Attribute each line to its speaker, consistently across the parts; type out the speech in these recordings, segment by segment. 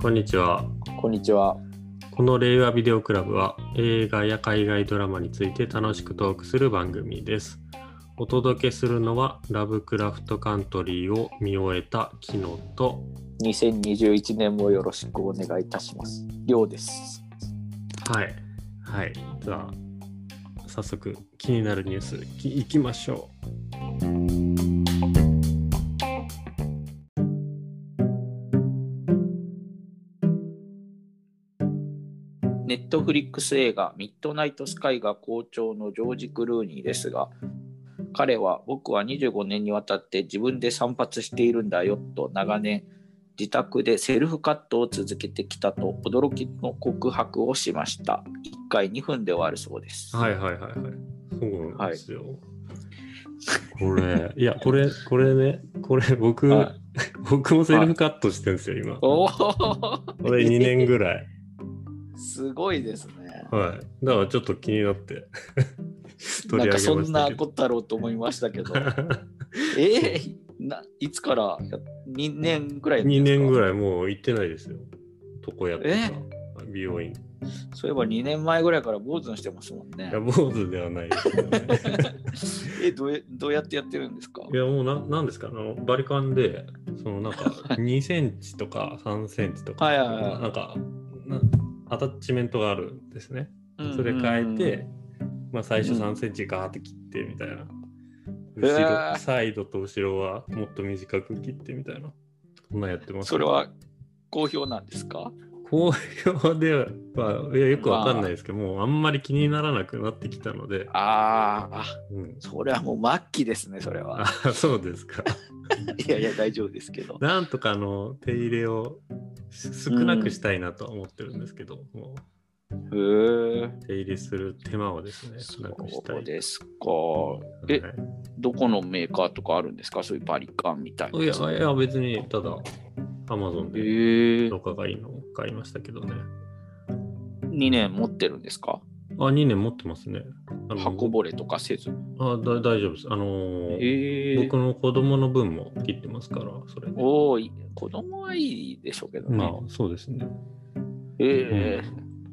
Speaker 1: こんにちは。
Speaker 2: こんにちは。
Speaker 1: この令和ビデオクラブは映画や海外ドラマについて楽しくトークする番組です。お届けするのはラブクラフトカントリーを見終えた昨日と
Speaker 2: 2021年もよろしくお願いいたします。りょうです。
Speaker 1: はい。はい。じゃあ、早速気になるニュースいいきましょ
Speaker 2: ネットフリックス映画「ミッドナイトスカイ」が好調のジョージ・クルーニーですが彼は僕は25年にわたって自分で散髪しているんだよと長年自宅でセルフカットを続けてきたと驚きの告白をしました1回2分で終わるそうです、
Speaker 1: う。はいはいはいはい。そうなんですよ。これ、いや、これ、これね、これ僕、
Speaker 2: はい
Speaker 1: 僕もセルフカットしてるんですよ、今。こ
Speaker 2: おー
Speaker 1: れ2年ぐらい。
Speaker 2: すごいですね
Speaker 1: はい。だからちょっと気になって。取り上げ
Speaker 2: なん
Speaker 1: ま
Speaker 2: か
Speaker 1: したけど
Speaker 2: そんなことだろうと思いましたけどえー、ないつからや2年ぐらい
Speaker 1: 2年ぐ
Speaker 2: い
Speaker 1: らいもう行ってないですよ。床屋とか、美容院。い
Speaker 2: そういえば2年前ぐらいから坊主にしてますもん ね
Speaker 1: や、坊主ではないですけど ね。
Speaker 2: えどうやどうやってやってるんですか
Speaker 1: いや、もうななんですかあの、バリカンで、そのなんか2センチとか3センチとか、
Speaker 2: はいはいはい
Speaker 1: なんかなアタッチメントがあるんですね。それ
Speaker 2: う
Speaker 1: 変え
Speaker 2: ん
Speaker 1: て、まあ、最初
Speaker 2: うん
Speaker 1: 3センチガーって切ってみたいな。
Speaker 2: うわー
Speaker 1: 後ろ、サイドと後ろはもっと短く切ってみたいな。そんなんやって
Speaker 2: う
Speaker 1: ま
Speaker 2: ん
Speaker 1: す。
Speaker 2: それは好評なんですか
Speaker 1: 好評では、まあいやよくわかんないですけど、もうあんまり気にならなくなってきたので、
Speaker 2: ああ
Speaker 1: うん、
Speaker 2: それはもう末期ですねそれは
Speaker 1: あそうですか。
Speaker 2: いやいや大丈夫ですけど
Speaker 1: なんとかあの手入れをし少なくしたいなとは思ってるんですけど、も
Speaker 2: へえ
Speaker 1: う手入れする手間をですね、
Speaker 2: そ
Speaker 1: なくした
Speaker 2: う
Speaker 1: い。
Speaker 2: ですか
Speaker 1: え
Speaker 2: えどこのメーカーとかあるんですかそういうバリカンみたいない
Speaker 1: やいや別にただ Amazon
Speaker 2: え
Speaker 1: で
Speaker 2: ー、
Speaker 1: 仲がいいのを買いましたけどね。
Speaker 2: 2年持ってるんですか
Speaker 1: あ2年持ってますね。あの
Speaker 2: 箱ぼれとかせず
Speaker 1: あだ大丈夫です。あのー
Speaker 2: えー
Speaker 1: 僕の子供の分も切ってますから、それで。
Speaker 2: おお、い子供はいいでしょうけど
Speaker 1: ま
Speaker 2: な。
Speaker 1: あそうですね。
Speaker 2: ええ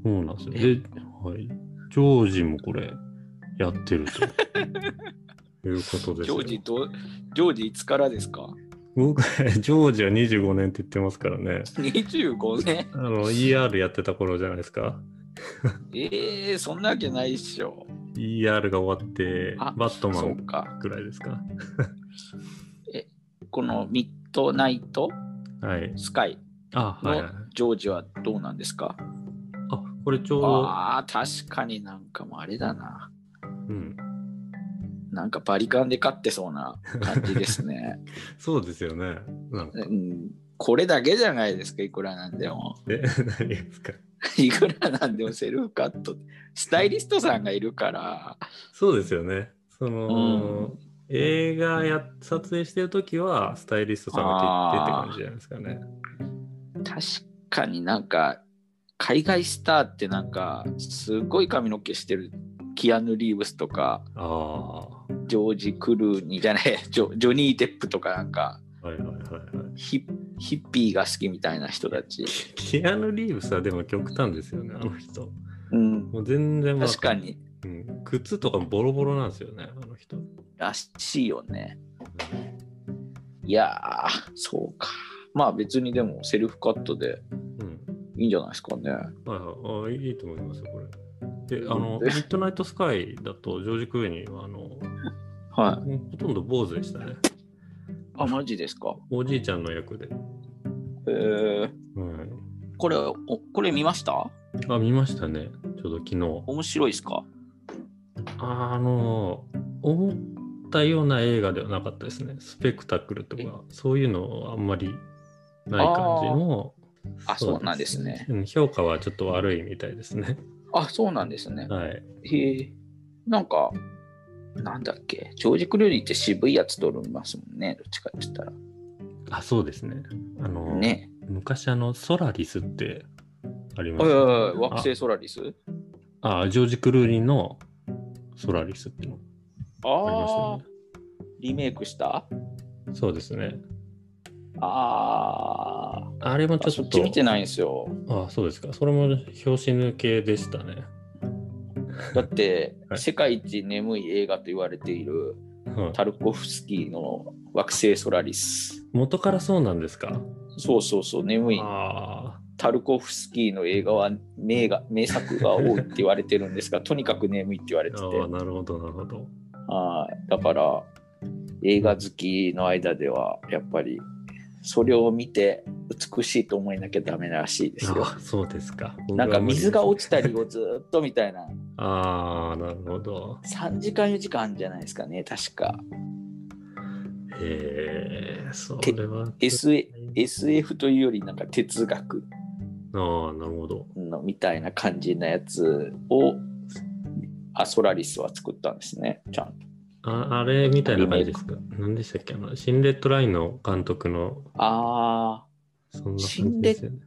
Speaker 1: そうなんですよ。で、はい、ジョージもこれやってる ということです
Speaker 2: ジ
Speaker 1: よ
Speaker 2: ョージどう、ジョージいつからですか
Speaker 1: 僕、ジョージは25年って言ってますからね。
Speaker 2: ?25 年。
Speaker 1: あの、ER やってた頃じゃないですか。
Speaker 2: ええそんなわけないっしょ。
Speaker 1: ER が終わって、
Speaker 2: あ
Speaker 1: バットマ
Speaker 2: そう
Speaker 1: ン
Speaker 2: か。
Speaker 1: ぐらいですか。
Speaker 2: このミッドナイト
Speaker 1: はい。
Speaker 2: スカイ
Speaker 1: あ、はい、は
Speaker 2: の
Speaker 1: い。
Speaker 2: ジョージはどうなんですか、
Speaker 1: あ、これちょうど、
Speaker 2: ああ、確かになんかもうあれだな。
Speaker 1: うん。
Speaker 2: なんかバリカンで勝ってそうな感じです ね。
Speaker 1: そうですよね。なんか
Speaker 2: うん、これだけじゃないですか、いくらなんでも。
Speaker 1: え、 何ですか。
Speaker 2: いくらなんでもセルフカット。スタイリストさんがいるから。
Speaker 1: そうですよね。その、映画や撮影してるときは、スタイリストさんが切ってって感じじゃないですかね。
Speaker 2: 確かになんか海外スターってなんかすごい髪の毛してるキアヌ・リーブスとか
Speaker 1: ああ。
Speaker 2: ジョージ・クルーニーじゃない ジョジョニー・デップとかなんか
Speaker 1: はいはいはいはい。
Speaker 2: ヒッヒッピーが好きみたいな人たち、
Speaker 1: キアヌ・リーブスはでも極端ですよね、あの人。
Speaker 2: うん、
Speaker 1: もう全然わ
Speaker 2: 確か
Speaker 1: んない、
Speaker 2: に
Speaker 1: うん。靴とかもボロボロなんですよね、あの人。
Speaker 2: らしいよねいやーそうかまあ別にでもセルフカットで
Speaker 1: うん。
Speaker 2: いいんじゃないですかね
Speaker 1: はいはい。あいいと思いますよ、これ。で、あの、
Speaker 2: え
Speaker 1: ミッドナイト・スカイだと、ジョージ・クルーニーは、あの、も
Speaker 2: はいう
Speaker 1: ほとんど坊主でしたね。
Speaker 2: あマジですか
Speaker 1: おじいちゃんの役で。
Speaker 2: えー、
Speaker 1: はい。
Speaker 2: これおこれ見ました
Speaker 1: あ、見ましたね、ちょうど昨日。
Speaker 2: 面白いですか
Speaker 1: あの、思ったような映画ではなかったですね。スペクタクルとか、そういうのはあんまりない感じの。
Speaker 2: あそうなんですね
Speaker 1: うん評価はちょっと悪いみたいですね。
Speaker 2: あそうなんですね
Speaker 1: はい。
Speaker 2: へえ。なんか、なんだっけ、ジョージ・クルーリーって渋いやつ撮りますもんね、どっちかって言ったら。
Speaker 1: あ、そうですね。あの、
Speaker 2: ね。
Speaker 1: 昔あの、ソラリスってありま
Speaker 2: お
Speaker 1: し
Speaker 2: い
Speaker 1: た、ね。
Speaker 2: おいおい、惑星ソラリス
Speaker 1: あ、ジョージ・クルーリーのソラリスっていうの
Speaker 2: あ
Speaker 1: ありま
Speaker 2: あ、リメイクした
Speaker 1: したね。そうですね。
Speaker 2: あー
Speaker 1: あれもち
Speaker 2: あ、
Speaker 1: ょ
Speaker 2: そ
Speaker 1: っ
Speaker 2: っ
Speaker 1: と
Speaker 2: ち見てないんですよ。
Speaker 1: あそうですかそれも表紙抜けでしたね
Speaker 2: だって、
Speaker 1: はい
Speaker 2: 世界一眠い映画と言われている
Speaker 1: はい
Speaker 2: タルコフスキーの惑星ソラリス。
Speaker 1: 元からそうなんですか
Speaker 2: そうそうそう、眠い。
Speaker 1: あ
Speaker 2: タルコフスキーの映画は名が名作が多いって言われてるんですが、とにかく眠いって言われ
Speaker 1: ー
Speaker 2: てて
Speaker 1: あ、ーなるほどなるほど
Speaker 2: はいだから映画好きの間ではやっぱりそれを見て美しいと思えなきゃダメらしいですよ。
Speaker 1: あそうですか
Speaker 2: なんか水が
Speaker 1: 落
Speaker 2: 落ちたりをずっとみたいな
Speaker 1: ああなるほど
Speaker 2: 3時間4時間じゃないですかね確か
Speaker 1: へえそれは
Speaker 2: S SF というよりなんか哲学
Speaker 1: ああなるほど
Speaker 2: のみたいな感じなやつをあソラリスは作ったんですねちゃんと
Speaker 1: ああれみたいな感じですか何でしたっけあのシンレッドラインの監督の
Speaker 2: ああ
Speaker 1: そんな感じですよね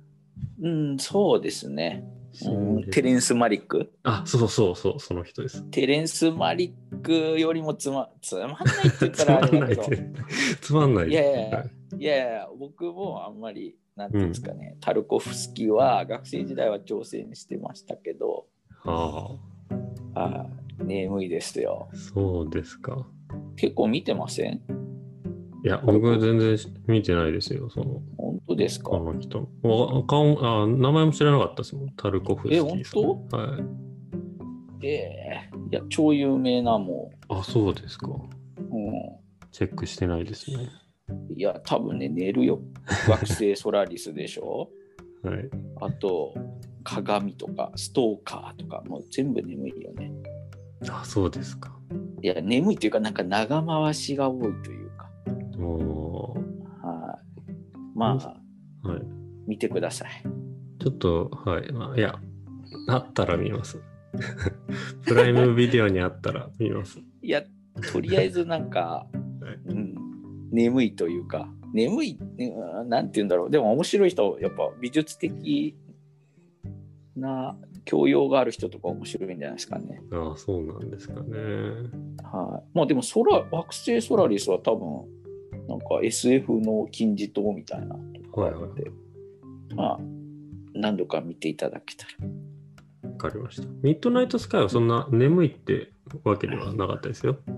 Speaker 2: うんそうですね、
Speaker 1: シン
Speaker 2: う
Speaker 1: レ
Speaker 2: ん、テレンス・マリック
Speaker 1: あそうそうそうその人です
Speaker 2: テレンス・マリックよりもつまつまんないって言 っ
Speaker 1: つ
Speaker 2: た
Speaker 1: ま
Speaker 2: らあ
Speaker 1: ん
Speaker 2: れ
Speaker 1: な
Speaker 2: だ
Speaker 1: い
Speaker 2: け
Speaker 1: で
Speaker 2: ど
Speaker 1: す。つまんない
Speaker 2: いやい
Speaker 1: で
Speaker 2: や
Speaker 1: す。
Speaker 2: いや
Speaker 1: はい
Speaker 2: いやいや僕もあんまりなんていうんですかね、タルコフスキーは学生時代は挑戦してましたけど
Speaker 1: あ
Speaker 2: あー眠いですよ
Speaker 1: あ、そうですか。
Speaker 2: 結構見てません
Speaker 1: いや、僕は全然見てないですよ、その、
Speaker 2: 本当ですか
Speaker 1: この人。わ顔あ名前も知らなかったですもん、タルコフスキーさん。
Speaker 2: え
Speaker 1: はい。
Speaker 2: ええいや超有名なも
Speaker 1: あ、そうですか。
Speaker 2: ん、
Speaker 1: チェックしてないですね。
Speaker 2: うん、いや多分ね寝るよ惑星ソラリスでしょ
Speaker 1: はい。
Speaker 2: あと鏡とかストーカーとかもう全部眠いよね
Speaker 1: あ、そうですか。
Speaker 2: いや眠いというかなんか長回しが多いというか
Speaker 1: も
Speaker 2: はいまあ
Speaker 1: う、はい。
Speaker 2: 見てください
Speaker 1: ちょっと、はい。まあ、いや、あったら見ます。 プライムビデオにあったら見ます。
Speaker 2: いや、とりあえずなんか、うん、眠いというか、眠い、うんなんて言うんだろう、でも面白い人、やっぱ美術的な教養がある人とか面白いんじゃないですかね。
Speaker 1: ああ、そうなんですかね。
Speaker 2: はい。まあでも空、惑星ソラリスは多分、なんか SF の金字塔みたいなとこがあって、
Speaker 1: はいは
Speaker 2: まあ、何度か見ていただけたら。
Speaker 1: わかりました。ミッドナイトスカイはそんな眠いってわけではなかったですよ。
Speaker 2: あ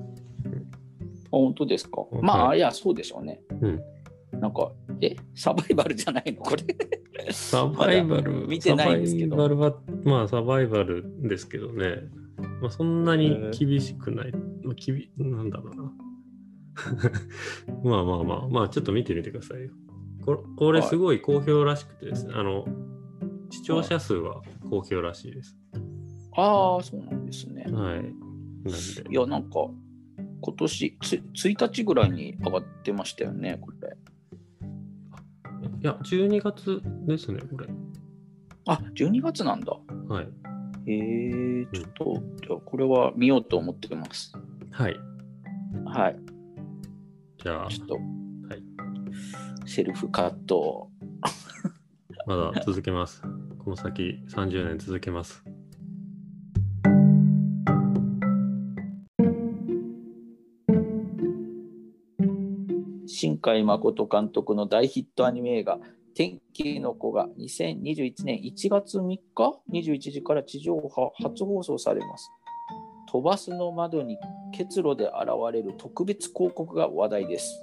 Speaker 2: 本当ですか、
Speaker 1: はい
Speaker 2: まあ、いや、そうでしょうね。
Speaker 1: うん。
Speaker 2: なんか、え、サバイバルじゃないの これ。
Speaker 1: サバイバル、
Speaker 2: まだ見てないんですけど
Speaker 1: サバイバルは、まあサバイバルですけどね。まあそんなに厳しくない。まあ、きびなんだろうな。 まあまあまあ、まあちょっと見てみてくださいよ。これこれ
Speaker 2: はい
Speaker 1: すごい好評らしくてですね、あの、視聴者数は好評らしいです。
Speaker 2: ああ、そうなんですね。
Speaker 1: はい。なんで、
Speaker 2: いや、なんか、今年つ1日ぐらいに上がってましたよね、これ。
Speaker 1: いや、12月ですね、これ。
Speaker 2: あ、12月なんだ。
Speaker 1: はい。
Speaker 2: へえ、ちょっと、じゃあこれは見ようと思ってます。
Speaker 1: はい。
Speaker 2: はい、
Speaker 1: じゃあ、
Speaker 2: ちょっと、
Speaker 1: い
Speaker 2: セルフカットを
Speaker 1: まだ続けます。この先30年続けます。
Speaker 2: 新海誠監督の大ヒットアニメ映画「天気の子」が2021年1月3日21時から地上波初放送されます。飛ばすの窓に結露で現れる特別広告が話題です。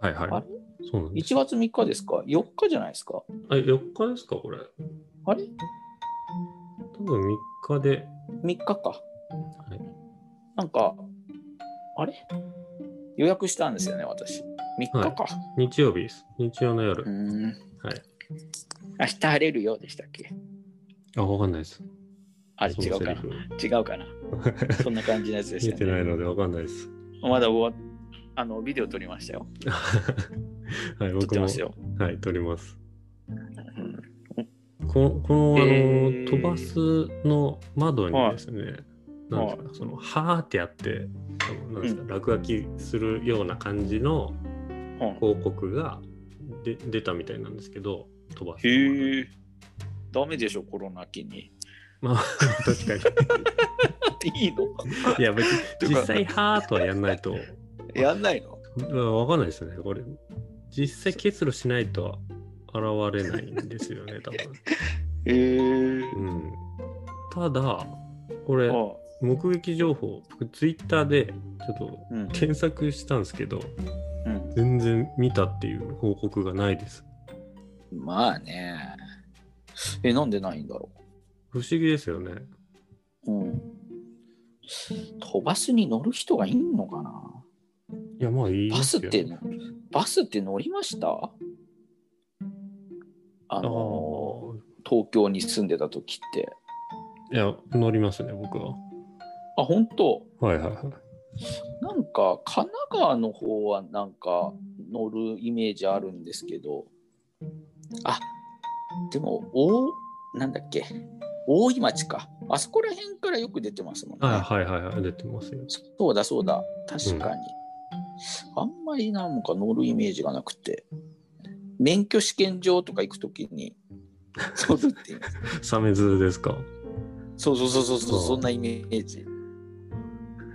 Speaker 1: はいはい。
Speaker 2: あれ
Speaker 1: そうなんです。
Speaker 2: 1月3日ですか ?4 日じゃないですか
Speaker 1: あ、4日ですか、これ。
Speaker 2: あれ
Speaker 1: 多分3日で。
Speaker 2: ?3 日か。
Speaker 1: はい、
Speaker 2: なんか、あれ予約したんですよね、私。3日か。
Speaker 1: 日曜日です。日曜の夜。
Speaker 2: うーん。
Speaker 1: はい。
Speaker 2: 明日晴れるようでしたっけ
Speaker 1: あ、わかんないです。
Speaker 2: あれ違うかな
Speaker 1: そのセ
Speaker 2: 違 うかな
Speaker 1: リフ
Speaker 2: そんな感じのやつでし
Speaker 1: 見
Speaker 2: た
Speaker 1: て
Speaker 2: よ
Speaker 1: ない
Speaker 2: ね。
Speaker 1: のでわかんないです。
Speaker 2: まだ終わあのビデオ撮りましたよ。
Speaker 1: はい、
Speaker 2: 撮っ
Speaker 1: 僕
Speaker 2: て
Speaker 1: も
Speaker 2: ま。すよ。
Speaker 1: はい、撮ります。
Speaker 2: うん
Speaker 1: ここの、あの、
Speaker 2: えー
Speaker 1: 飛ばすの窓にですね、なんですか、その、はーってやって、あのなんですか、落書きするような感じの、
Speaker 2: うん
Speaker 1: 広告がで出たみたいなんですけど、飛ばす。
Speaker 2: へえ。ダメでしょ、コロナ期に。
Speaker 1: まあ、確か
Speaker 2: い いの
Speaker 1: に。いや、別
Speaker 2: て
Speaker 1: に
Speaker 2: か
Speaker 1: 実際、はーとはやんないと、
Speaker 2: やんないの
Speaker 1: うんわかんないですね、これ。実際結露しないと現れないんですよ ね、多分。
Speaker 2: えー、
Speaker 1: うん、ただ、これ、
Speaker 2: あ
Speaker 1: 目撃情報、僕、ツイッターでちょっと
Speaker 2: うん
Speaker 1: 検索したんですけど、
Speaker 2: うん、
Speaker 1: 全然見たっていう報告がないです。
Speaker 2: まあねえなんでないんだろ
Speaker 1: 不思議ですよね。
Speaker 2: う、うん、飛ばすに乗る人がいんのかない
Speaker 1: や、まあいい
Speaker 2: バ
Speaker 1: で
Speaker 2: ス
Speaker 1: す
Speaker 2: っ
Speaker 1: よ。
Speaker 2: てのバスって乗りましたあ
Speaker 1: ああ
Speaker 2: の東京に住んでた時って
Speaker 1: いや、乗りますね、僕は。
Speaker 2: あ本当
Speaker 1: はいはいはい。
Speaker 2: なんか神奈川の方はなんか乗るイメージあるんですけどあでも大なんだっけ大井町かあそこら辺からよく出てますもんね、
Speaker 1: あはいはいはい、出てますよ。
Speaker 2: そうだそうだ確かに、あんまりなんか乗るイメージがなくて免許試験場とか行くとき に乗るっていう
Speaker 1: サメズですか。
Speaker 2: そうそうそうそうそ
Speaker 1: そ
Speaker 2: う
Speaker 1: う
Speaker 2: そんなイメージ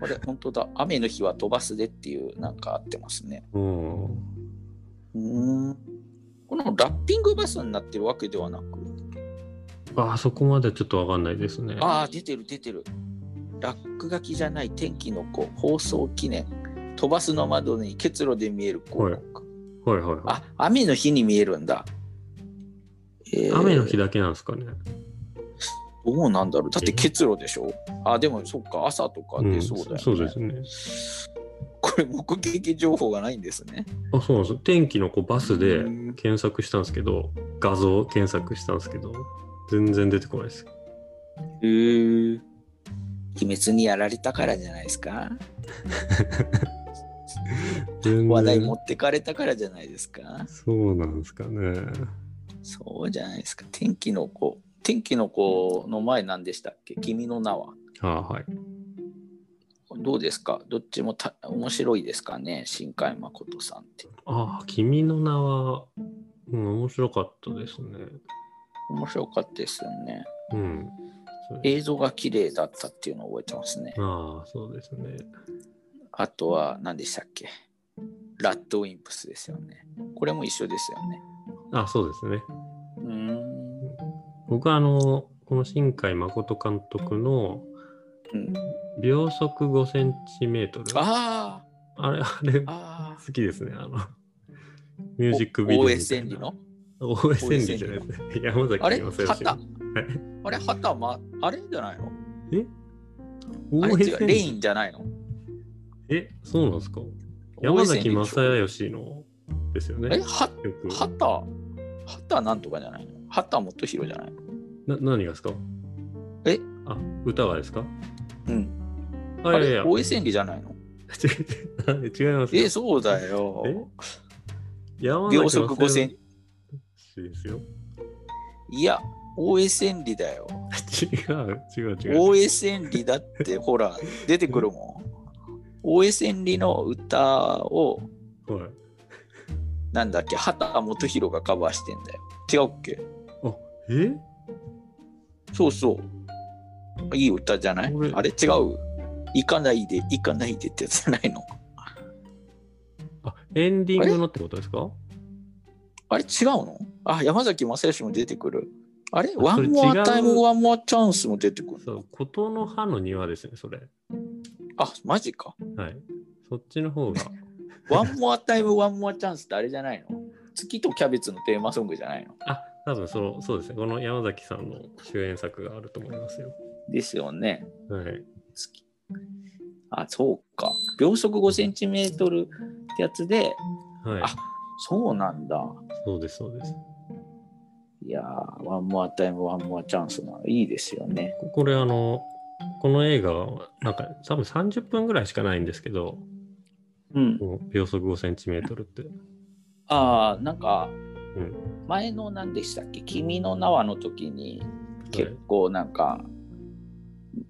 Speaker 2: これ本当だ雨の日は飛ばすでっていうなんかあってますね
Speaker 1: うん。
Speaker 2: うーんこのラッピングバスになってるわけではなく、
Speaker 1: あそこまでちょっとわかんないですね。
Speaker 2: ああ、出てる出てる。ラック書きじゃない天気の子、放送記念。飛ばすの窓に結露で見える広告。
Speaker 1: はいはいはい。
Speaker 2: あ、雨の日に見えるんだ。えー
Speaker 1: 雨の日だけなんですかね。
Speaker 2: どうなんだろうだって結露でしょあ、でもそっか、朝とか
Speaker 1: う
Speaker 2: で
Speaker 1: ん、
Speaker 2: そうだよ、ね
Speaker 1: そうですね。
Speaker 2: これ目撃情報がないんですね。
Speaker 1: あ、そうなんです。天気の子バスで
Speaker 2: うん
Speaker 1: 検索したんですけど、画像検索したんですけど、全然出てこないです。
Speaker 2: へえ。鬼滅にやられたからじゃないですか
Speaker 1: 全然
Speaker 2: 話題持ってかれたからじゃないですか
Speaker 1: そうなんですかね。
Speaker 2: そうじゃないですか。天気の子。天気の子の前何でしたっけ君の名は。
Speaker 1: あはい。
Speaker 2: どうですかどっちもた面白いですかね新海誠さんって。
Speaker 1: ああ、君の名は、うん、面白かったですね。
Speaker 2: 面白かったですよね。
Speaker 1: うん。そうです
Speaker 2: 映像が綺麗だったっていうのを覚えてますね。
Speaker 1: ああ、そうですね。
Speaker 2: あとは何でしたっけラッドウィンプスですよね。これも一緒ですよね。
Speaker 1: あそうですね。
Speaker 2: うーん。
Speaker 1: 僕はあの、この新海誠監督の
Speaker 2: うん、
Speaker 1: 秒速5センチメートル。
Speaker 2: あ
Speaker 1: あれ、あれ
Speaker 2: あ、、ああ。
Speaker 1: 好きですね。あの、ミュージックビデオ
Speaker 2: お
Speaker 1: み
Speaker 2: OS
Speaker 1: たい
Speaker 2: 演技
Speaker 1: な。
Speaker 2: の
Speaker 1: OS 演技じゃないですね。山崎
Speaker 2: あれ
Speaker 1: まさよし
Speaker 2: 旗あれ、旗、ま、あれじゃないのあれ
Speaker 1: OS
Speaker 2: 違う、レイ
Speaker 1: ン。
Speaker 2: ンじゃないの
Speaker 1: え、そうなんですか山崎まさ
Speaker 2: よ
Speaker 1: よしのですよね。
Speaker 2: え、は
Speaker 1: 曲
Speaker 2: 畑畑なんとかじゃないの畑元宏じゃないの
Speaker 1: な何がですか
Speaker 2: え
Speaker 1: あ、歌がですか
Speaker 2: うん。
Speaker 1: あ
Speaker 2: あ
Speaker 1: いやい
Speaker 2: れ、
Speaker 1: や、
Speaker 2: 大 江千里じゃないの
Speaker 1: 違う違う違いますよ
Speaker 2: え、そうだよ。
Speaker 1: え山崎
Speaker 2: 秒速
Speaker 1: ま
Speaker 2: 5
Speaker 1: さ
Speaker 2: セ
Speaker 1: よ
Speaker 2: ン
Speaker 1: しですよ。
Speaker 2: いや、大江千里だよ。
Speaker 1: 違う違う違う。
Speaker 2: 大江千里だって、ほら、出てくるもん。大江千里の歌を、
Speaker 1: はい。
Speaker 2: なんだっけ、畑元宏がカバーしてんだよ。違うっけ
Speaker 1: あ、え
Speaker 2: そうそう。いい歌じゃない
Speaker 1: 俺
Speaker 2: あれ違う。行かないで、行かないでってやつじゃないの。
Speaker 1: あ、エンディングのってことですか
Speaker 2: あれ違うのあ、山崎正義も出てくる。あれワ
Speaker 1: それ
Speaker 2: ンモ
Speaker 1: 違う
Speaker 2: アタイム、ワンモアチャンスも出てくる。
Speaker 1: そう、琴の葉の庭ですね、それ。
Speaker 2: あ、マジか。
Speaker 1: はい。そっちの方 が。
Speaker 2: ワンモアタイム、ワンモアチャンスってあれじゃないの月とキャベツのテーマソングじゃないの
Speaker 1: あ、多分そう、そうですね。この山崎さんの主演作があると思いますよ。
Speaker 2: ですよね。
Speaker 1: はい。
Speaker 2: 月あ、そうか。秒速5センチメートルってやつで、
Speaker 1: はい。
Speaker 2: あそうなんだ。
Speaker 1: そうです、そうです。
Speaker 2: いやー、ワンモアタイム、ワンモアチャンスなのいいですよね。
Speaker 1: ここれ、あの、この映画は、なんか、多分30分ぐらいしかないんですけど、
Speaker 2: うん。
Speaker 1: この秒速5センチメートルって。
Speaker 2: ああ、なんか、
Speaker 1: うん
Speaker 2: 前の何でしたっけ君の名はの時に、結構なんか、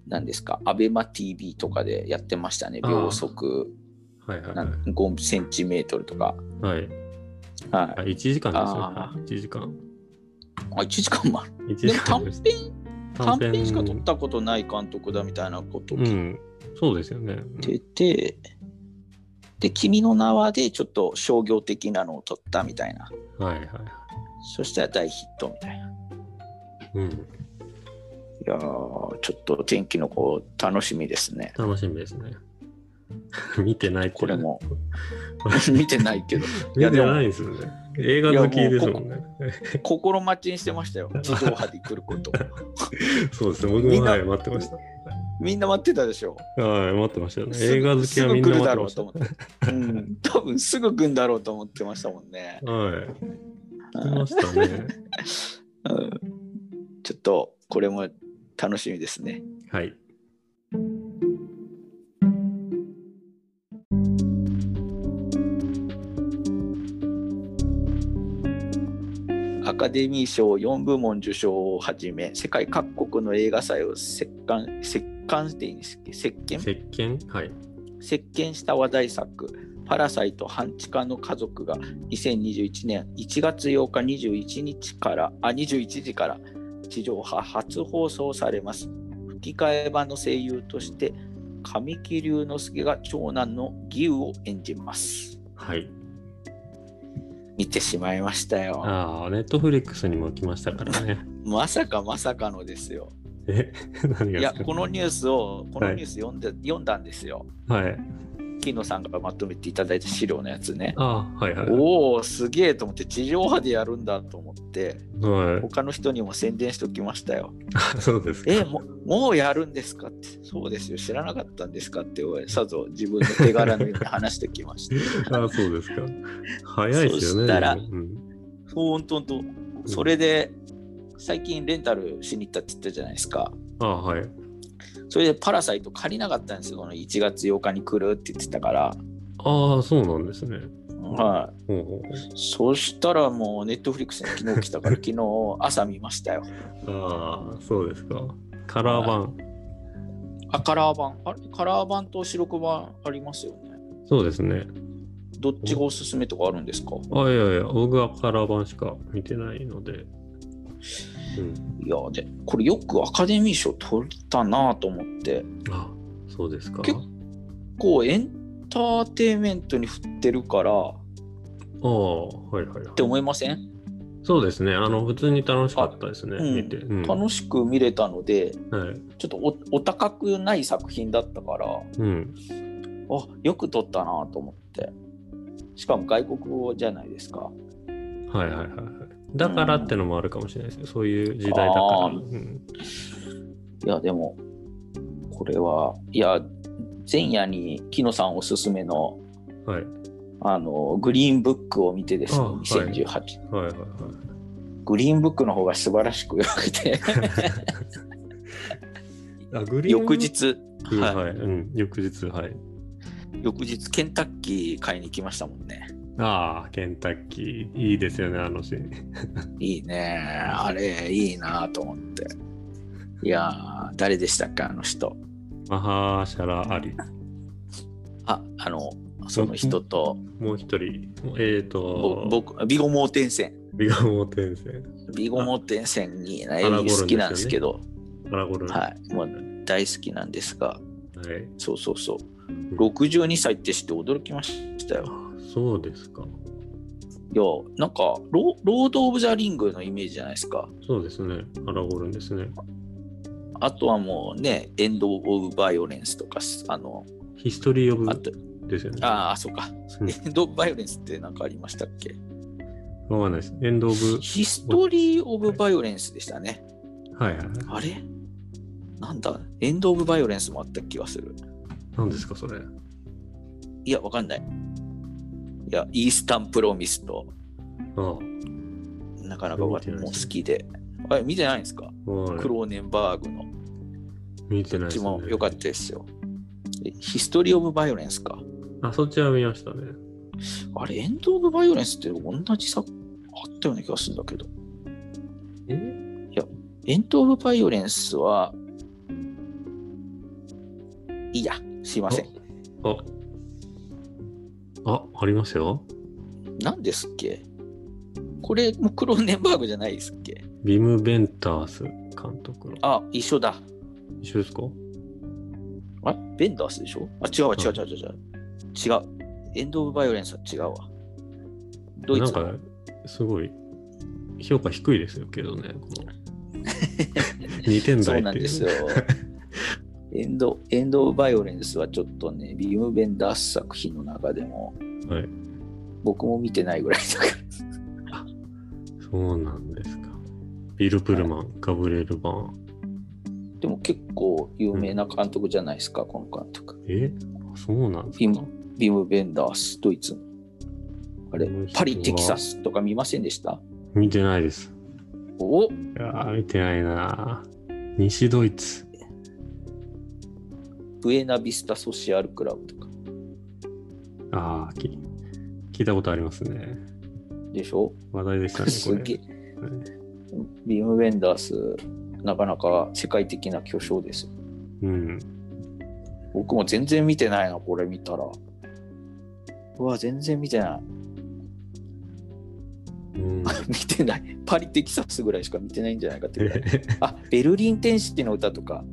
Speaker 2: なんですか、アベマ t v とかでやってましたね、
Speaker 1: あー
Speaker 2: 秒速
Speaker 1: はいはい
Speaker 2: な
Speaker 1: はい。
Speaker 2: ん5センチメートルとか。
Speaker 1: はい。
Speaker 2: は
Speaker 1: あ、
Speaker 2: い、
Speaker 1: 1時間ですよ。
Speaker 2: あー
Speaker 1: はい1時間。
Speaker 2: あ1時間もある。
Speaker 1: 1時
Speaker 2: でも
Speaker 1: 間
Speaker 2: 短
Speaker 1: で
Speaker 2: 編
Speaker 1: す。
Speaker 2: 短編しか撮ったことない監督だみたいなことを
Speaker 1: う
Speaker 2: 聞い
Speaker 1: ん。そうですよね。
Speaker 2: てて、で「君の名は」でちょっと商業的なのを撮ったみたいな
Speaker 1: はいはいはい。
Speaker 2: そしたら大ヒットみたいな
Speaker 1: うん。
Speaker 2: いやーちょっと天気の子楽しみですね
Speaker 1: 楽しみですね。 見てないって
Speaker 2: これも 見てないけどい
Speaker 1: 見
Speaker 2: や
Speaker 1: て
Speaker 2: でも
Speaker 1: ないですよね。映画好きですもんね。
Speaker 2: 心待ちにしてまし たよ地上波で来ること
Speaker 1: そうですね。僕
Speaker 2: み
Speaker 1: も
Speaker 2: んな
Speaker 1: はい、待ってました。
Speaker 2: みんな待ってたでしょ
Speaker 1: はい、待ってましたよね。
Speaker 2: すぐ
Speaker 1: 映画好きはみんな
Speaker 2: すぐ来る
Speaker 1: 待っ
Speaker 2: だ
Speaker 1: て
Speaker 2: ろ
Speaker 1: ま
Speaker 2: う
Speaker 1: し
Speaker 2: と
Speaker 1: た。
Speaker 2: 思って、うん、多分すぐ来るんだろうと思ってましたもんね、
Speaker 1: はい。
Speaker 2: う
Speaker 1: 来
Speaker 2: ん
Speaker 1: ましたね。
Speaker 2: ちょっとこれも楽しみですね
Speaker 1: はい。
Speaker 2: アカデミー賞4部門受賞をはじめ世界各国の映画祭を席巻席巻していいんですっけ席巻
Speaker 1: 石鹸はい。
Speaker 2: 席巻した話題作「パラサイト半地下の家族」が2021年1月8日21日からあ21時から地上波初放送されます吹き替え版の声優として神木隆之介が長男の義勇を演じます
Speaker 1: はい。
Speaker 2: 見てしまいましたよ
Speaker 1: ああ、ネットフリックスにも来ましたからね。
Speaker 2: まさかまさかのですよ
Speaker 1: え、 何が
Speaker 2: い
Speaker 1: で
Speaker 2: や
Speaker 1: すか
Speaker 2: このニュースをこの
Speaker 1: はい
Speaker 2: ニュース読んで、読んだんですよ
Speaker 1: はい。
Speaker 2: 木野さんがまとめていただいた資料のやつね
Speaker 1: ああ、はいはい。
Speaker 2: おおすげえと思って地上波でやるんだと思って
Speaker 1: は
Speaker 2: 他の人にも宣伝しておきましたよ。
Speaker 1: い。そうですか。
Speaker 2: えももうやるんですかってそうですよ知らなかったんですかってさぞ自分の手柄のように話してきました。
Speaker 1: ああ、そうですか。早いですよね。
Speaker 2: そしたら
Speaker 1: でもうん
Speaker 2: ほんとほんとそれで最近レンタルしに行ったって言ったじゃないですか。
Speaker 1: ああ、はい。
Speaker 2: それでパラサイト借りなかったんですよ。この1月8日に来るって言ってたから。
Speaker 1: ああ、そうなんですね。
Speaker 2: はい。
Speaker 1: ほうほ
Speaker 2: そしたらもうネットフリックスに昨日来たから昨日朝見ましたよ。
Speaker 1: うああ、そうですか。カラー版。
Speaker 2: あカラー版あれカラー版と白黒版ありますよね。
Speaker 1: そうですね。
Speaker 2: どっちがおすすめとかあるんですか
Speaker 1: あいやいや、僕はカラー版しか見てないので。うん、
Speaker 2: いやでこれよくアカデミー賞取ったなと思って
Speaker 1: あそうですか。
Speaker 2: 結こうエンターテインメントに振ってるからっ
Speaker 1: ああ、はいはい、はい
Speaker 2: て。思いません、
Speaker 1: そうですね。あの、普通に楽しかったですね。
Speaker 2: うん
Speaker 1: 見て。うん、
Speaker 2: 楽しく見れたので
Speaker 1: はい。
Speaker 2: ちょっとおお高くない作品だったからあ
Speaker 1: うん。
Speaker 2: よく取ったなと思ってしかも外国語じゃないですか
Speaker 1: はいはいはいはい。だからってのもあるかもしれないですね。そういう時代だから。
Speaker 2: あー
Speaker 1: うん、
Speaker 2: いやでもこれはいや前夜に木野さんおすすめの
Speaker 1: はい。
Speaker 2: あのグリーンブックを見てですね
Speaker 1: あはい
Speaker 2: 2018、
Speaker 1: はいはいはい。
Speaker 2: グリーンブックの方が素晴らしくよくて
Speaker 1: あグリーン
Speaker 2: 翌日、
Speaker 1: うんはい、
Speaker 2: は
Speaker 1: うん、翌日、はい。
Speaker 2: い、翌日ケンタッキー買いに行きましたもんね
Speaker 1: ああ、ケンタッキー、いいですよね、あのシーン。
Speaker 2: いいねあれいいなと思っていやー誰でしたっけあの人
Speaker 1: マハーシャラアリ。
Speaker 2: ああのその人と
Speaker 1: もう一人、えっ、ー、
Speaker 2: ぼ
Speaker 1: と、
Speaker 2: 僕ビゴモーテンセン
Speaker 1: ビガモーテンセン、
Speaker 2: ビゴモーテンセンにね
Speaker 1: アラゴルンですよね
Speaker 2: 好きなんですけど
Speaker 1: アラゴルン。
Speaker 2: はいもう大好きなんですが
Speaker 1: はい
Speaker 2: そうそうそう62歳って知って驚きましたよ
Speaker 1: あそうですか。
Speaker 2: いやなんかロ「ロード・オブ・ザ・リング」のイメージじゃないですか
Speaker 1: そうですね。アラゴルンですね。
Speaker 2: あとはもうね「エンド・オブ・バイオレンス」とかあの
Speaker 1: ヒストリー・オブ
Speaker 2: あと
Speaker 1: ですよね。
Speaker 2: ああそうか
Speaker 1: うん
Speaker 2: エンド・オブ・バイオレンスって何かありましたっけ
Speaker 1: わかんないです。エンド・オブ。
Speaker 2: ヒストリー・オブ・バイオレンスでしたね。
Speaker 1: はいはい。
Speaker 2: あれなんだエンド・オブ・バイオレンスもあった気がする。
Speaker 1: 何ですか、それ。
Speaker 2: いや、わかんない。いや、イースタン・プロミスと、
Speaker 1: あ
Speaker 2: なかなかわ
Speaker 1: 見てない
Speaker 2: もう
Speaker 1: で
Speaker 2: 好
Speaker 1: す
Speaker 2: きで。あれ見てないんですか、
Speaker 1: あ、は
Speaker 2: クローネンバーグの。
Speaker 1: い。見てない
Speaker 2: こっ
Speaker 1: で
Speaker 2: ち
Speaker 1: す
Speaker 2: も
Speaker 1: ね。
Speaker 2: 良かったですよ。えヒストリー・オブ・バイオレンスか。
Speaker 1: あ、そっちは見ましたね。
Speaker 2: あれ、エンド・オブ・バイオレンスって同じ作あったような気がするんだけど。
Speaker 1: え
Speaker 2: エンド・オブ・バイオレンスは、いいや、すいません。
Speaker 1: あ。あ、ありますよ。
Speaker 2: 何ですっけこれもクローネンバーグじゃないですっけ
Speaker 1: ビム・ベンタース監督の。
Speaker 2: あ、一緒だ。
Speaker 1: 一緒ですか
Speaker 2: あれベンダースでしょあ、違うわ違う違う違う違う。違う。エンド・オブ・バイオレンスは違うわ。ドイ
Speaker 1: なん
Speaker 2: ツ
Speaker 1: か
Speaker 2: の、
Speaker 1: すごい評価低いですよけどね、こ の2点
Speaker 2: そう
Speaker 1: 台
Speaker 2: な
Speaker 1: っ
Speaker 2: ん
Speaker 1: て
Speaker 2: ですよ。 エンド・エンド・オブ・バイオレンスはちょっとね、ビーム・ベンダース作品の中でも、
Speaker 1: はい。
Speaker 2: 僕も見てないぐらいだから。
Speaker 1: そうなんですか。ビル・プルマン、ガブレル・バーン。
Speaker 2: でも結構有名な監督じゃないですか、この監督。
Speaker 1: えあそうなんです
Speaker 2: ビ
Speaker 1: か
Speaker 2: ム・ビム・ベンダース、ドイツの。あれ
Speaker 1: この人は
Speaker 2: パリ・テキサスとか見ませんでした
Speaker 1: 見てないです。
Speaker 2: お
Speaker 1: いやー見てないなー西ドイツ。
Speaker 2: ブエナ・ビスタ・ソシアル・クラブとか
Speaker 1: ああ、き聞いたことありますね。
Speaker 2: でしょ
Speaker 1: 話題でした
Speaker 2: す
Speaker 1: ね、こ
Speaker 2: げ
Speaker 1: れ
Speaker 2: え。ビーム・ベンダース、なかなか世界的な巨匠ですよ。
Speaker 1: うん。
Speaker 2: 僕も全然見てないな、これ見たら。うわ、全然見てない。
Speaker 1: う ん。
Speaker 2: 見てない。パリ・テキサスぐらいしか見てないんじゃないかってぐらい。あ、ベルリン天使の歌とか。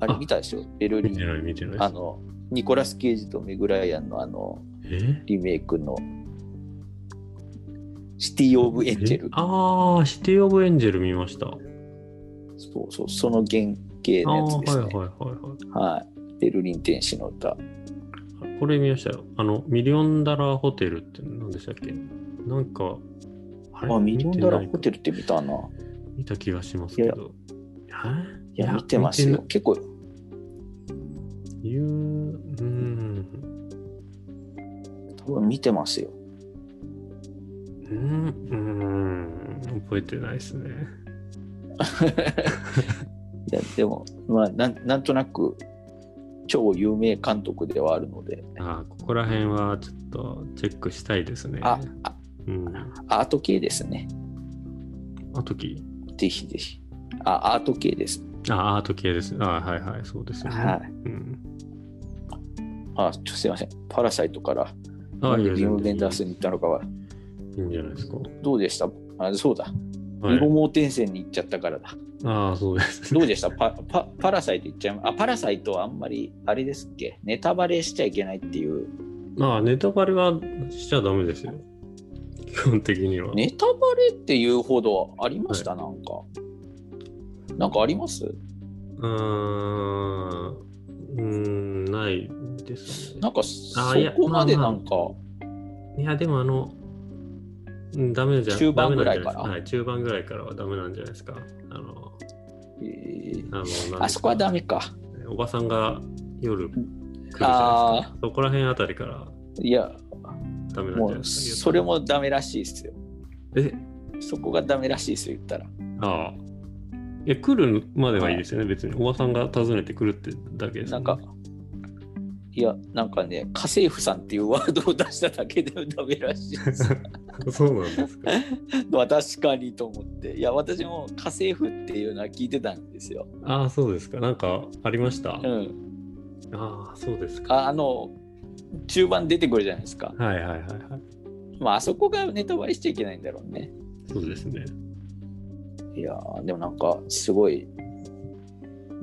Speaker 2: あれ
Speaker 1: あ
Speaker 2: 見たでしょベルリ
Speaker 1: 見てな
Speaker 2: ン。
Speaker 1: い、見てな
Speaker 2: あ
Speaker 1: いです。
Speaker 2: の、ニコラス・ケイジとメグライアンのあの、
Speaker 1: え
Speaker 2: リメイクのシティ・オブ・エンジェ
Speaker 1: え
Speaker 2: ル。
Speaker 1: ああ、シティ・オブ・エンジェル見ました。
Speaker 2: そうそう、その原型
Speaker 1: ああ
Speaker 2: のやつです
Speaker 1: ー、
Speaker 2: ね。
Speaker 1: はいはいはいはい。
Speaker 2: はい。ベルリン天使の歌。
Speaker 1: これ見ましたよ。あの、ミリオンダラーホテルって何でしたっけなんか、あ
Speaker 2: あ、ミリオンダラーホ
Speaker 1: 見てな
Speaker 2: テル
Speaker 1: い
Speaker 2: って見たな。
Speaker 1: 見た気がしますけど。
Speaker 2: いや、見てますよ。結構、
Speaker 1: いう、うん、
Speaker 2: 多分見てますよ。
Speaker 1: うん、うん、覚えてないですね。
Speaker 2: いや、でも、まあ、なんなんとなく、超有名監督ではあるので、
Speaker 1: ああ、ここら辺はちょっとチェックしたいですね。
Speaker 2: あ、あ
Speaker 1: うん。
Speaker 2: アート系ですね。
Speaker 1: あとき、
Speaker 2: ぜひぜひ。あ、アート系です。
Speaker 1: あ、アート系です。あはいはい、そうですよね。
Speaker 2: はい。
Speaker 1: うん。
Speaker 2: あ、ちょすいません。パラサイトから、
Speaker 1: あ
Speaker 2: なん
Speaker 1: い
Speaker 2: で
Speaker 1: や
Speaker 2: ビーム・ベンダー
Speaker 1: 全
Speaker 2: ス
Speaker 1: 然
Speaker 2: に行ったのかは、
Speaker 1: いいんじゃないですか。
Speaker 2: どうでしたあそうだ。
Speaker 1: は
Speaker 2: リゴ
Speaker 1: い、
Speaker 2: 盲点線に行っちゃったからだ。
Speaker 1: ああ、そうです
Speaker 2: ど
Speaker 1: ね。
Speaker 2: うでしたパパパラサイト行っちゃいまあ、パラサイトはあんまり、あれですっけ、ネタバレしちゃいけないっていう。
Speaker 1: まあ、ネタバレはしちゃダメですよ。基本的には。
Speaker 2: ネタバレっていうほどありました、なんか。なんかあります
Speaker 1: うーん、うーん、ないです
Speaker 2: な
Speaker 1: ね。
Speaker 2: んかそ
Speaker 1: あいや
Speaker 2: こまでなんか、
Speaker 1: いや、でもあの、うんダメじゃ
Speaker 2: 中盤
Speaker 1: ダメなんじゃな
Speaker 2: ぐらいから
Speaker 1: はい、中盤ぐらいからはダメなんじゃないですか。あの、
Speaker 2: えー
Speaker 1: あのなんですか
Speaker 2: あそこはダメか。
Speaker 1: おばさんが夜来るじゃないです
Speaker 2: あ
Speaker 1: か。そこら辺あたりから
Speaker 2: いや、
Speaker 1: ダメなんじゃ
Speaker 2: も
Speaker 1: ないで
Speaker 2: う
Speaker 1: すか。
Speaker 2: それもダメらしいですよ。
Speaker 1: え、
Speaker 2: そこがダメらしいですよ、言ったら。
Speaker 1: ああ。いや、来るまではいいですよね、別に。おばさんが訪ねてくるってだけです、
Speaker 2: なんか、、いや、なんかね、家政婦さんっていうワードを出しただけでダメらしいです。
Speaker 1: そうなんですか。
Speaker 2: まあ確かにと思って。いや、私も家政婦っていうのは聞いてたんですよ。
Speaker 1: ああ、そうですか。なんかありました。
Speaker 2: うん。
Speaker 1: ああ、そうですか。
Speaker 2: ああの、中盤出てくるじゃないですか。
Speaker 1: はいはいはいはい。
Speaker 2: まあ、あそこがネタバレしちゃいけないんだろうね。
Speaker 1: そうですね。
Speaker 2: いやー、でもなんか、すごい、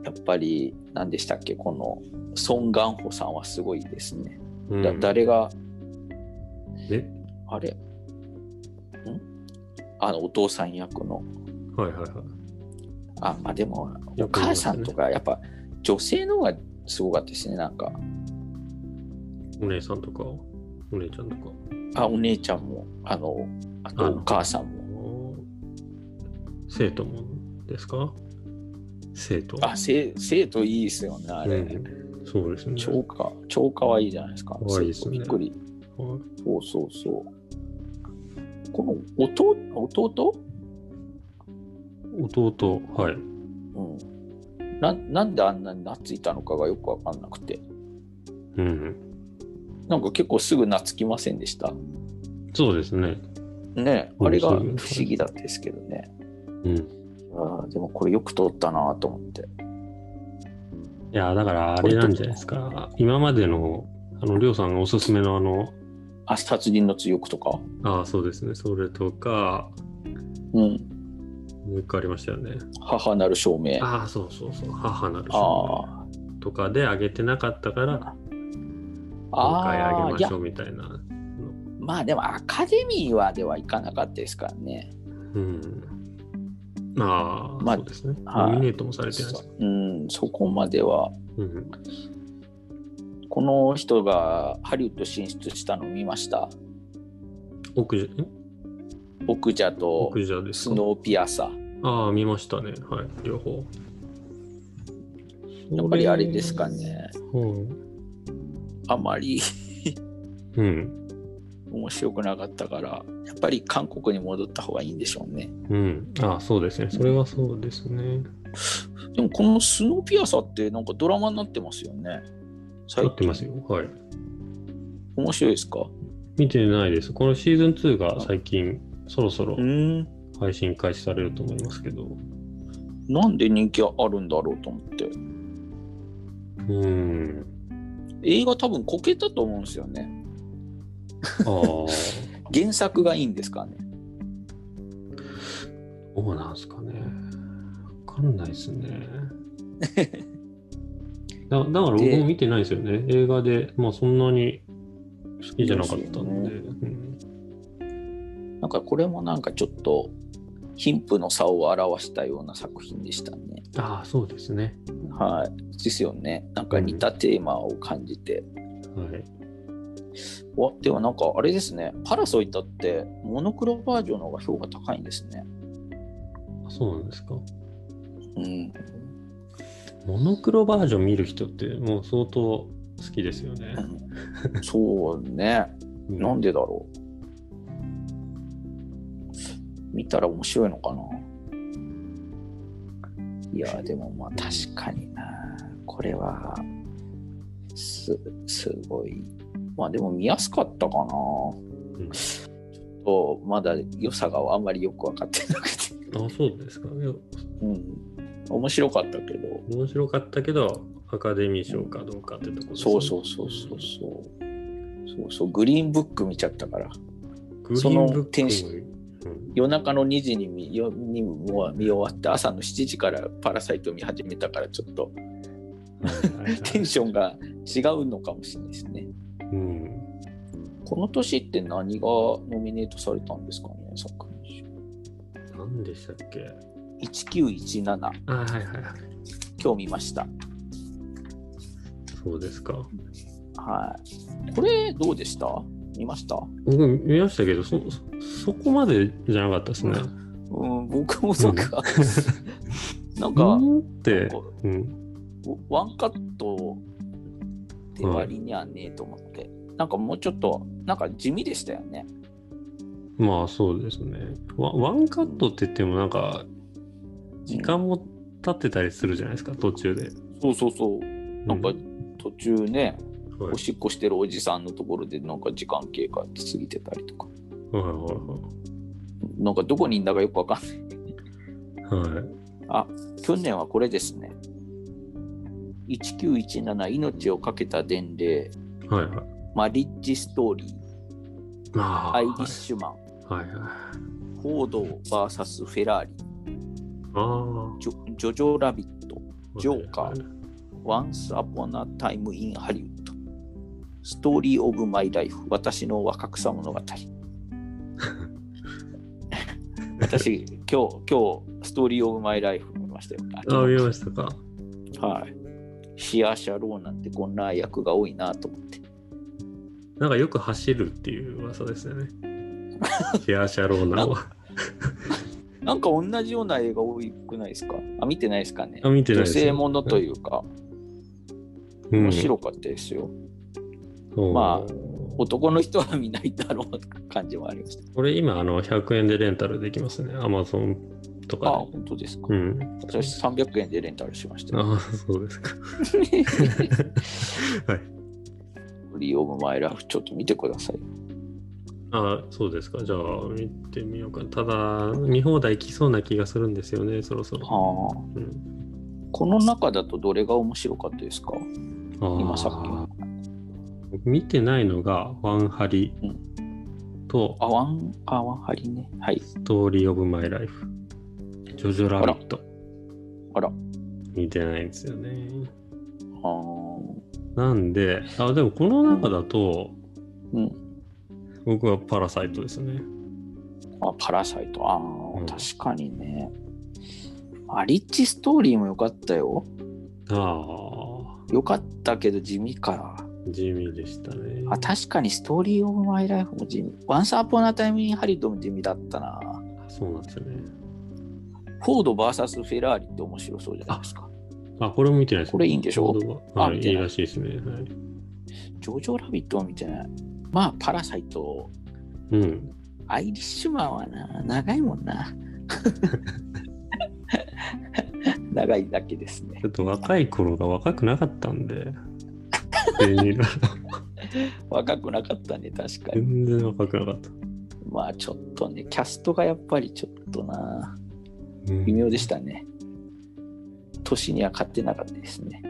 Speaker 2: やっぱり、何でしたっけ、この、ソン・ガンホさんはすごいですね。
Speaker 1: うん
Speaker 2: だ誰が、
Speaker 1: え
Speaker 2: あれんあの、お父さん役の。
Speaker 1: はいはいはい。
Speaker 2: あ、まあでも、お
Speaker 1: よく言い
Speaker 2: 母
Speaker 1: ます
Speaker 2: さ
Speaker 1: よね
Speaker 2: んとか、やっぱ、女性の方がすごかったですね、なんか。
Speaker 1: お姉さんとか、お姉ちゃんとか。
Speaker 2: あ、お姉ちゃんも、あの、あと
Speaker 1: あ
Speaker 2: お母さんも。
Speaker 1: 生徒もですか生徒。
Speaker 2: あ、生生徒いいですよね、あれ。
Speaker 1: うんそうですね。
Speaker 2: 超か、超かわいいじゃないですか。
Speaker 1: 可愛いですね
Speaker 2: 生徒びっくり。
Speaker 1: はい
Speaker 2: そうそうそう。この弟弟、
Speaker 1: 弟、はい。
Speaker 2: うん、ななんであんなに懐いたのかがよくわかんなくて。
Speaker 1: うん。
Speaker 2: なんか結構すぐ懐きませんでした。
Speaker 1: そうですね。
Speaker 2: ね
Speaker 1: うん
Speaker 2: あれが
Speaker 1: そ
Speaker 2: 不
Speaker 1: う
Speaker 2: 思
Speaker 1: です
Speaker 2: 議だったですけどね。
Speaker 1: うん。い
Speaker 2: あーでもこれよく通ったなと思って。
Speaker 1: や、だからあれなんじゃないですか。今までの、あの、りょうさんがおすすめのあの、
Speaker 2: あ、殺人の強くとか。
Speaker 1: ああ、そうですね。それとか、
Speaker 2: うん。
Speaker 1: もう一個ありましたよね。
Speaker 2: 母なる証明。あ
Speaker 1: ああ、そうそうそう。母なる
Speaker 2: あー。
Speaker 1: とかであげてなかったから、今回あげ
Speaker 2: ああ、
Speaker 1: ま
Speaker 2: いや
Speaker 1: しょ、うみたいな。
Speaker 2: まあでもアカデミーはではいかなかったですからね。
Speaker 1: うん。まあ、
Speaker 2: まあ
Speaker 1: そうですね。
Speaker 2: は
Speaker 1: ノ
Speaker 2: い
Speaker 1: ミネートもされてないです。
Speaker 2: うん、そこまでは。
Speaker 1: うん。
Speaker 2: この人がハリウッド進出したの見ました。
Speaker 1: 奥じゃ、ん
Speaker 2: オクジャと
Speaker 1: 奥じゃです
Speaker 2: ス
Speaker 1: か。
Speaker 2: ノーピアサ。
Speaker 1: ああ、見ましたね。はい、両方。
Speaker 2: やっぱりあれですかね。
Speaker 1: うん。
Speaker 2: あまり
Speaker 1: うん。
Speaker 2: 面白くなかったから、やっぱり韓国に戻った方がいいんでしょうね。
Speaker 1: うん。ああ、そうですね。それはそうですね。
Speaker 2: でもこのスノーピアサってなんかドラマになってますよね。
Speaker 1: 合
Speaker 2: 最
Speaker 1: ってますよ。はい。
Speaker 2: 面白いですか
Speaker 1: 見てないです。このシーズン2が最近、そろそろ
Speaker 2: うん。
Speaker 1: 配信開始されると思いますけど。
Speaker 2: なんで人気あるんだろうと思って。
Speaker 1: うん。
Speaker 2: 映画多分こけたと思うんですよね。
Speaker 1: ああ、ど
Speaker 2: 原作がいいんですかね。
Speaker 1: うなんすかね。わかんないです ね。だだから僕も見てないですよね。映画で、まあそんなに好きじゃなかったんで。うん
Speaker 2: なんかこれもなんかちょっと貧富の差を表したような作品でしたね。
Speaker 1: ああ、そうですね。
Speaker 2: はい。ですよね。なんか似たテーマを感じて。
Speaker 1: はい。
Speaker 2: わではなんかあれですね。パラソイタってモノクロバージョンの方が評価高いんですね。
Speaker 1: あそうなんですか。
Speaker 2: うん。
Speaker 1: モノクロバージョン見る人ってもう相当好きですよね。
Speaker 2: うんそうね。
Speaker 1: う
Speaker 2: なんでだろう。見たら面白いのかな。いや、でもまあ確かにな。これは、す、すごい。まあでも見やすかったかな。
Speaker 1: ん
Speaker 2: ちょっとまだ良さがあんまりよく分かってなくて。
Speaker 1: あそうですか。いや
Speaker 2: うん。面白かったけど。
Speaker 1: 面白かったけど、アカデミー賞かどうかってとこです、ね。
Speaker 2: そうそうそうそうそう。そうそう、グリーンブック見ちゃったから。
Speaker 1: グリーンブックも
Speaker 2: その天使
Speaker 1: うん
Speaker 2: 夜中の2時に見よにも見終わって朝の7時からパラサイト見始めたからちょっと
Speaker 1: はいはいはい
Speaker 2: テンションが違うのかもしれないですね。
Speaker 1: うん。
Speaker 2: この年って何がノミネートされたんですかね作品
Speaker 1: 何でしたっけ
Speaker 2: 賞。1917
Speaker 1: あはいはいはい。
Speaker 2: 今日見ました。
Speaker 1: そうですか。
Speaker 2: はい。これどうでした見ました
Speaker 1: 僕見ましたけど、そそそこまでじゃなかったですね。
Speaker 2: うん、僕もそうか。 なん
Speaker 1: う
Speaker 2: か、
Speaker 1: んって、
Speaker 2: こ
Speaker 1: うん。
Speaker 2: うワンカットで割にはねえと思って。なんかもうちょっと、なんか地味でしたよね。
Speaker 1: まあそうですね。ワワンカットって言ってもなんか、時間も経ってたりするじゃないですか、途中で。
Speaker 2: そうそうそう。
Speaker 1: な
Speaker 2: なんか途中ね、
Speaker 1: はい
Speaker 2: おしっこしてるおじさんのところでなんか時間経過って過ぎてたりとか、
Speaker 1: はいは
Speaker 2: なんかどこにいんだかよくわかんない。
Speaker 1: いはい。はい。
Speaker 2: 去年はこれですね。1917命をかけた伝令、
Speaker 1: はいはい。
Speaker 2: マリッジストーリー、
Speaker 1: まあ、
Speaker 2: アイリッシュマン、
Speaker 1: はいはい。
Speaker 2: フォード VS フェラーリ、
Speaker 1: ああ。
Speaker 2: ジョジョジョラビット、ジョーカ
Speaker 1: ー。
Speaker 2: Once Upon a Time in Hollywood、ストーリー・オブ・マイ・ライフ、私の若 草物語。私、今日、今日、ストーリー・オブ・マイ・ライフ見ましたよ。
Speaker 1: ああ、見ましたか。
Speaker 2: はい。シア・シャローなんてこんな役が多いなと思って。
Speaker 1: なんかよく走るっていう噂です よね。シェアシャローナは。
Speaker 2: なんか同じような映画多くないですかあ、見てないですかね
Speaker 1: あ、見てない
Speaker 2: 女
Speaker 1: です。
Speaker 2: 性ものというか、
Speaker 1: うん、
Speaker 2: 面白かったですよ。
Speaker 1: そう
Speaker 2: ま男の人は見ないだろうな感じもありました。
Speaker 1: これ今、あの、100円でレンタルできますね。アマゾンと
Speaker 2: あ、
Speaker 1: か
Speaker 2: 本当ですか、
Speaker 1: で。うん。
Speaker 2: 私300円でレンタルしましたよ。
Speaker 1: ああ、そうですか。 はい。
Speaker 2: リオブマイラフちょっと見てください。
Speaker 1: ああ、そうですか。じゃあ、見てみようか。ただ、見放題来そうな気がするんですよね、そろそろ。
Speaker 2: はあ。
Speaker 1: うん、
Speaker 2: この中だとどれが面白かったですか
Speaker 1: あー
Speaker 2: 今さっきの。
Speaker 1: 見てないのが、ワンハリ
Speaker 2: う
Speaker 1: と、
Speaker 2: あワン、あワンハリね。はい。
Speaker 1: ストーリー・オブ・マイ・ライフ。ジョジョ・ラビット。
Speaker 2: あら。あ
Speaker 1: 見てないんですよね。
Speaker 2: ー
Speaker 1: なんで、あ、でもこの中だと、
Speaker 2: うん。
Speaker 1: 僕はパラサイトですね。
Speaker 2: あ、パラサイト。ああ、
Speaker 1: うん
Speaker 2: 確かにね。あ、リッチストーリーも良かったよ。
Speaker 1: あ
Speaker 2: 良かったけど地味か。
Speaker 1: あ、地味でしたね。
Speaker 2: あ、確かにストーリーオブマイライフも地味。ワンスアポ n タイムインハリドも地味だったな。
Speaker 1: そうなんですよね。
Speaker 2: フォード VS フェラーリって面白そうじゃないですか。
Speaker 1: あ、これも見てないです
Speaker 2: これいいんでしょ
Speaker 1: は
Speaker 2: あ
Speaker 1: い、
Speaker 2: 見て
Speaker 1: い
Speaker 2: ない
Speaker 1: いらしいですね。はい。
Speaker 2: ジョジョラビットは見てない。まあ、パラサイト。
Speaker 1: うん。
Speaker 2: アイリッシュマンはな、長いもんな。 長いだけですね
Speaker 1: ち。ょっと若い頃が若くなかったん で、全然
Speaker 2: 若くなかったね、確かに。
Speaker 1: 全然若くなかった。
Speaker 2: まあ、ちょっとね、キャストがやっぱりちょっとな、
Speaker 1: う
Speaker 2: 微
Speaker 1: ん、
Speaker 2: 妙でしたね。年には勝ってなかったですね。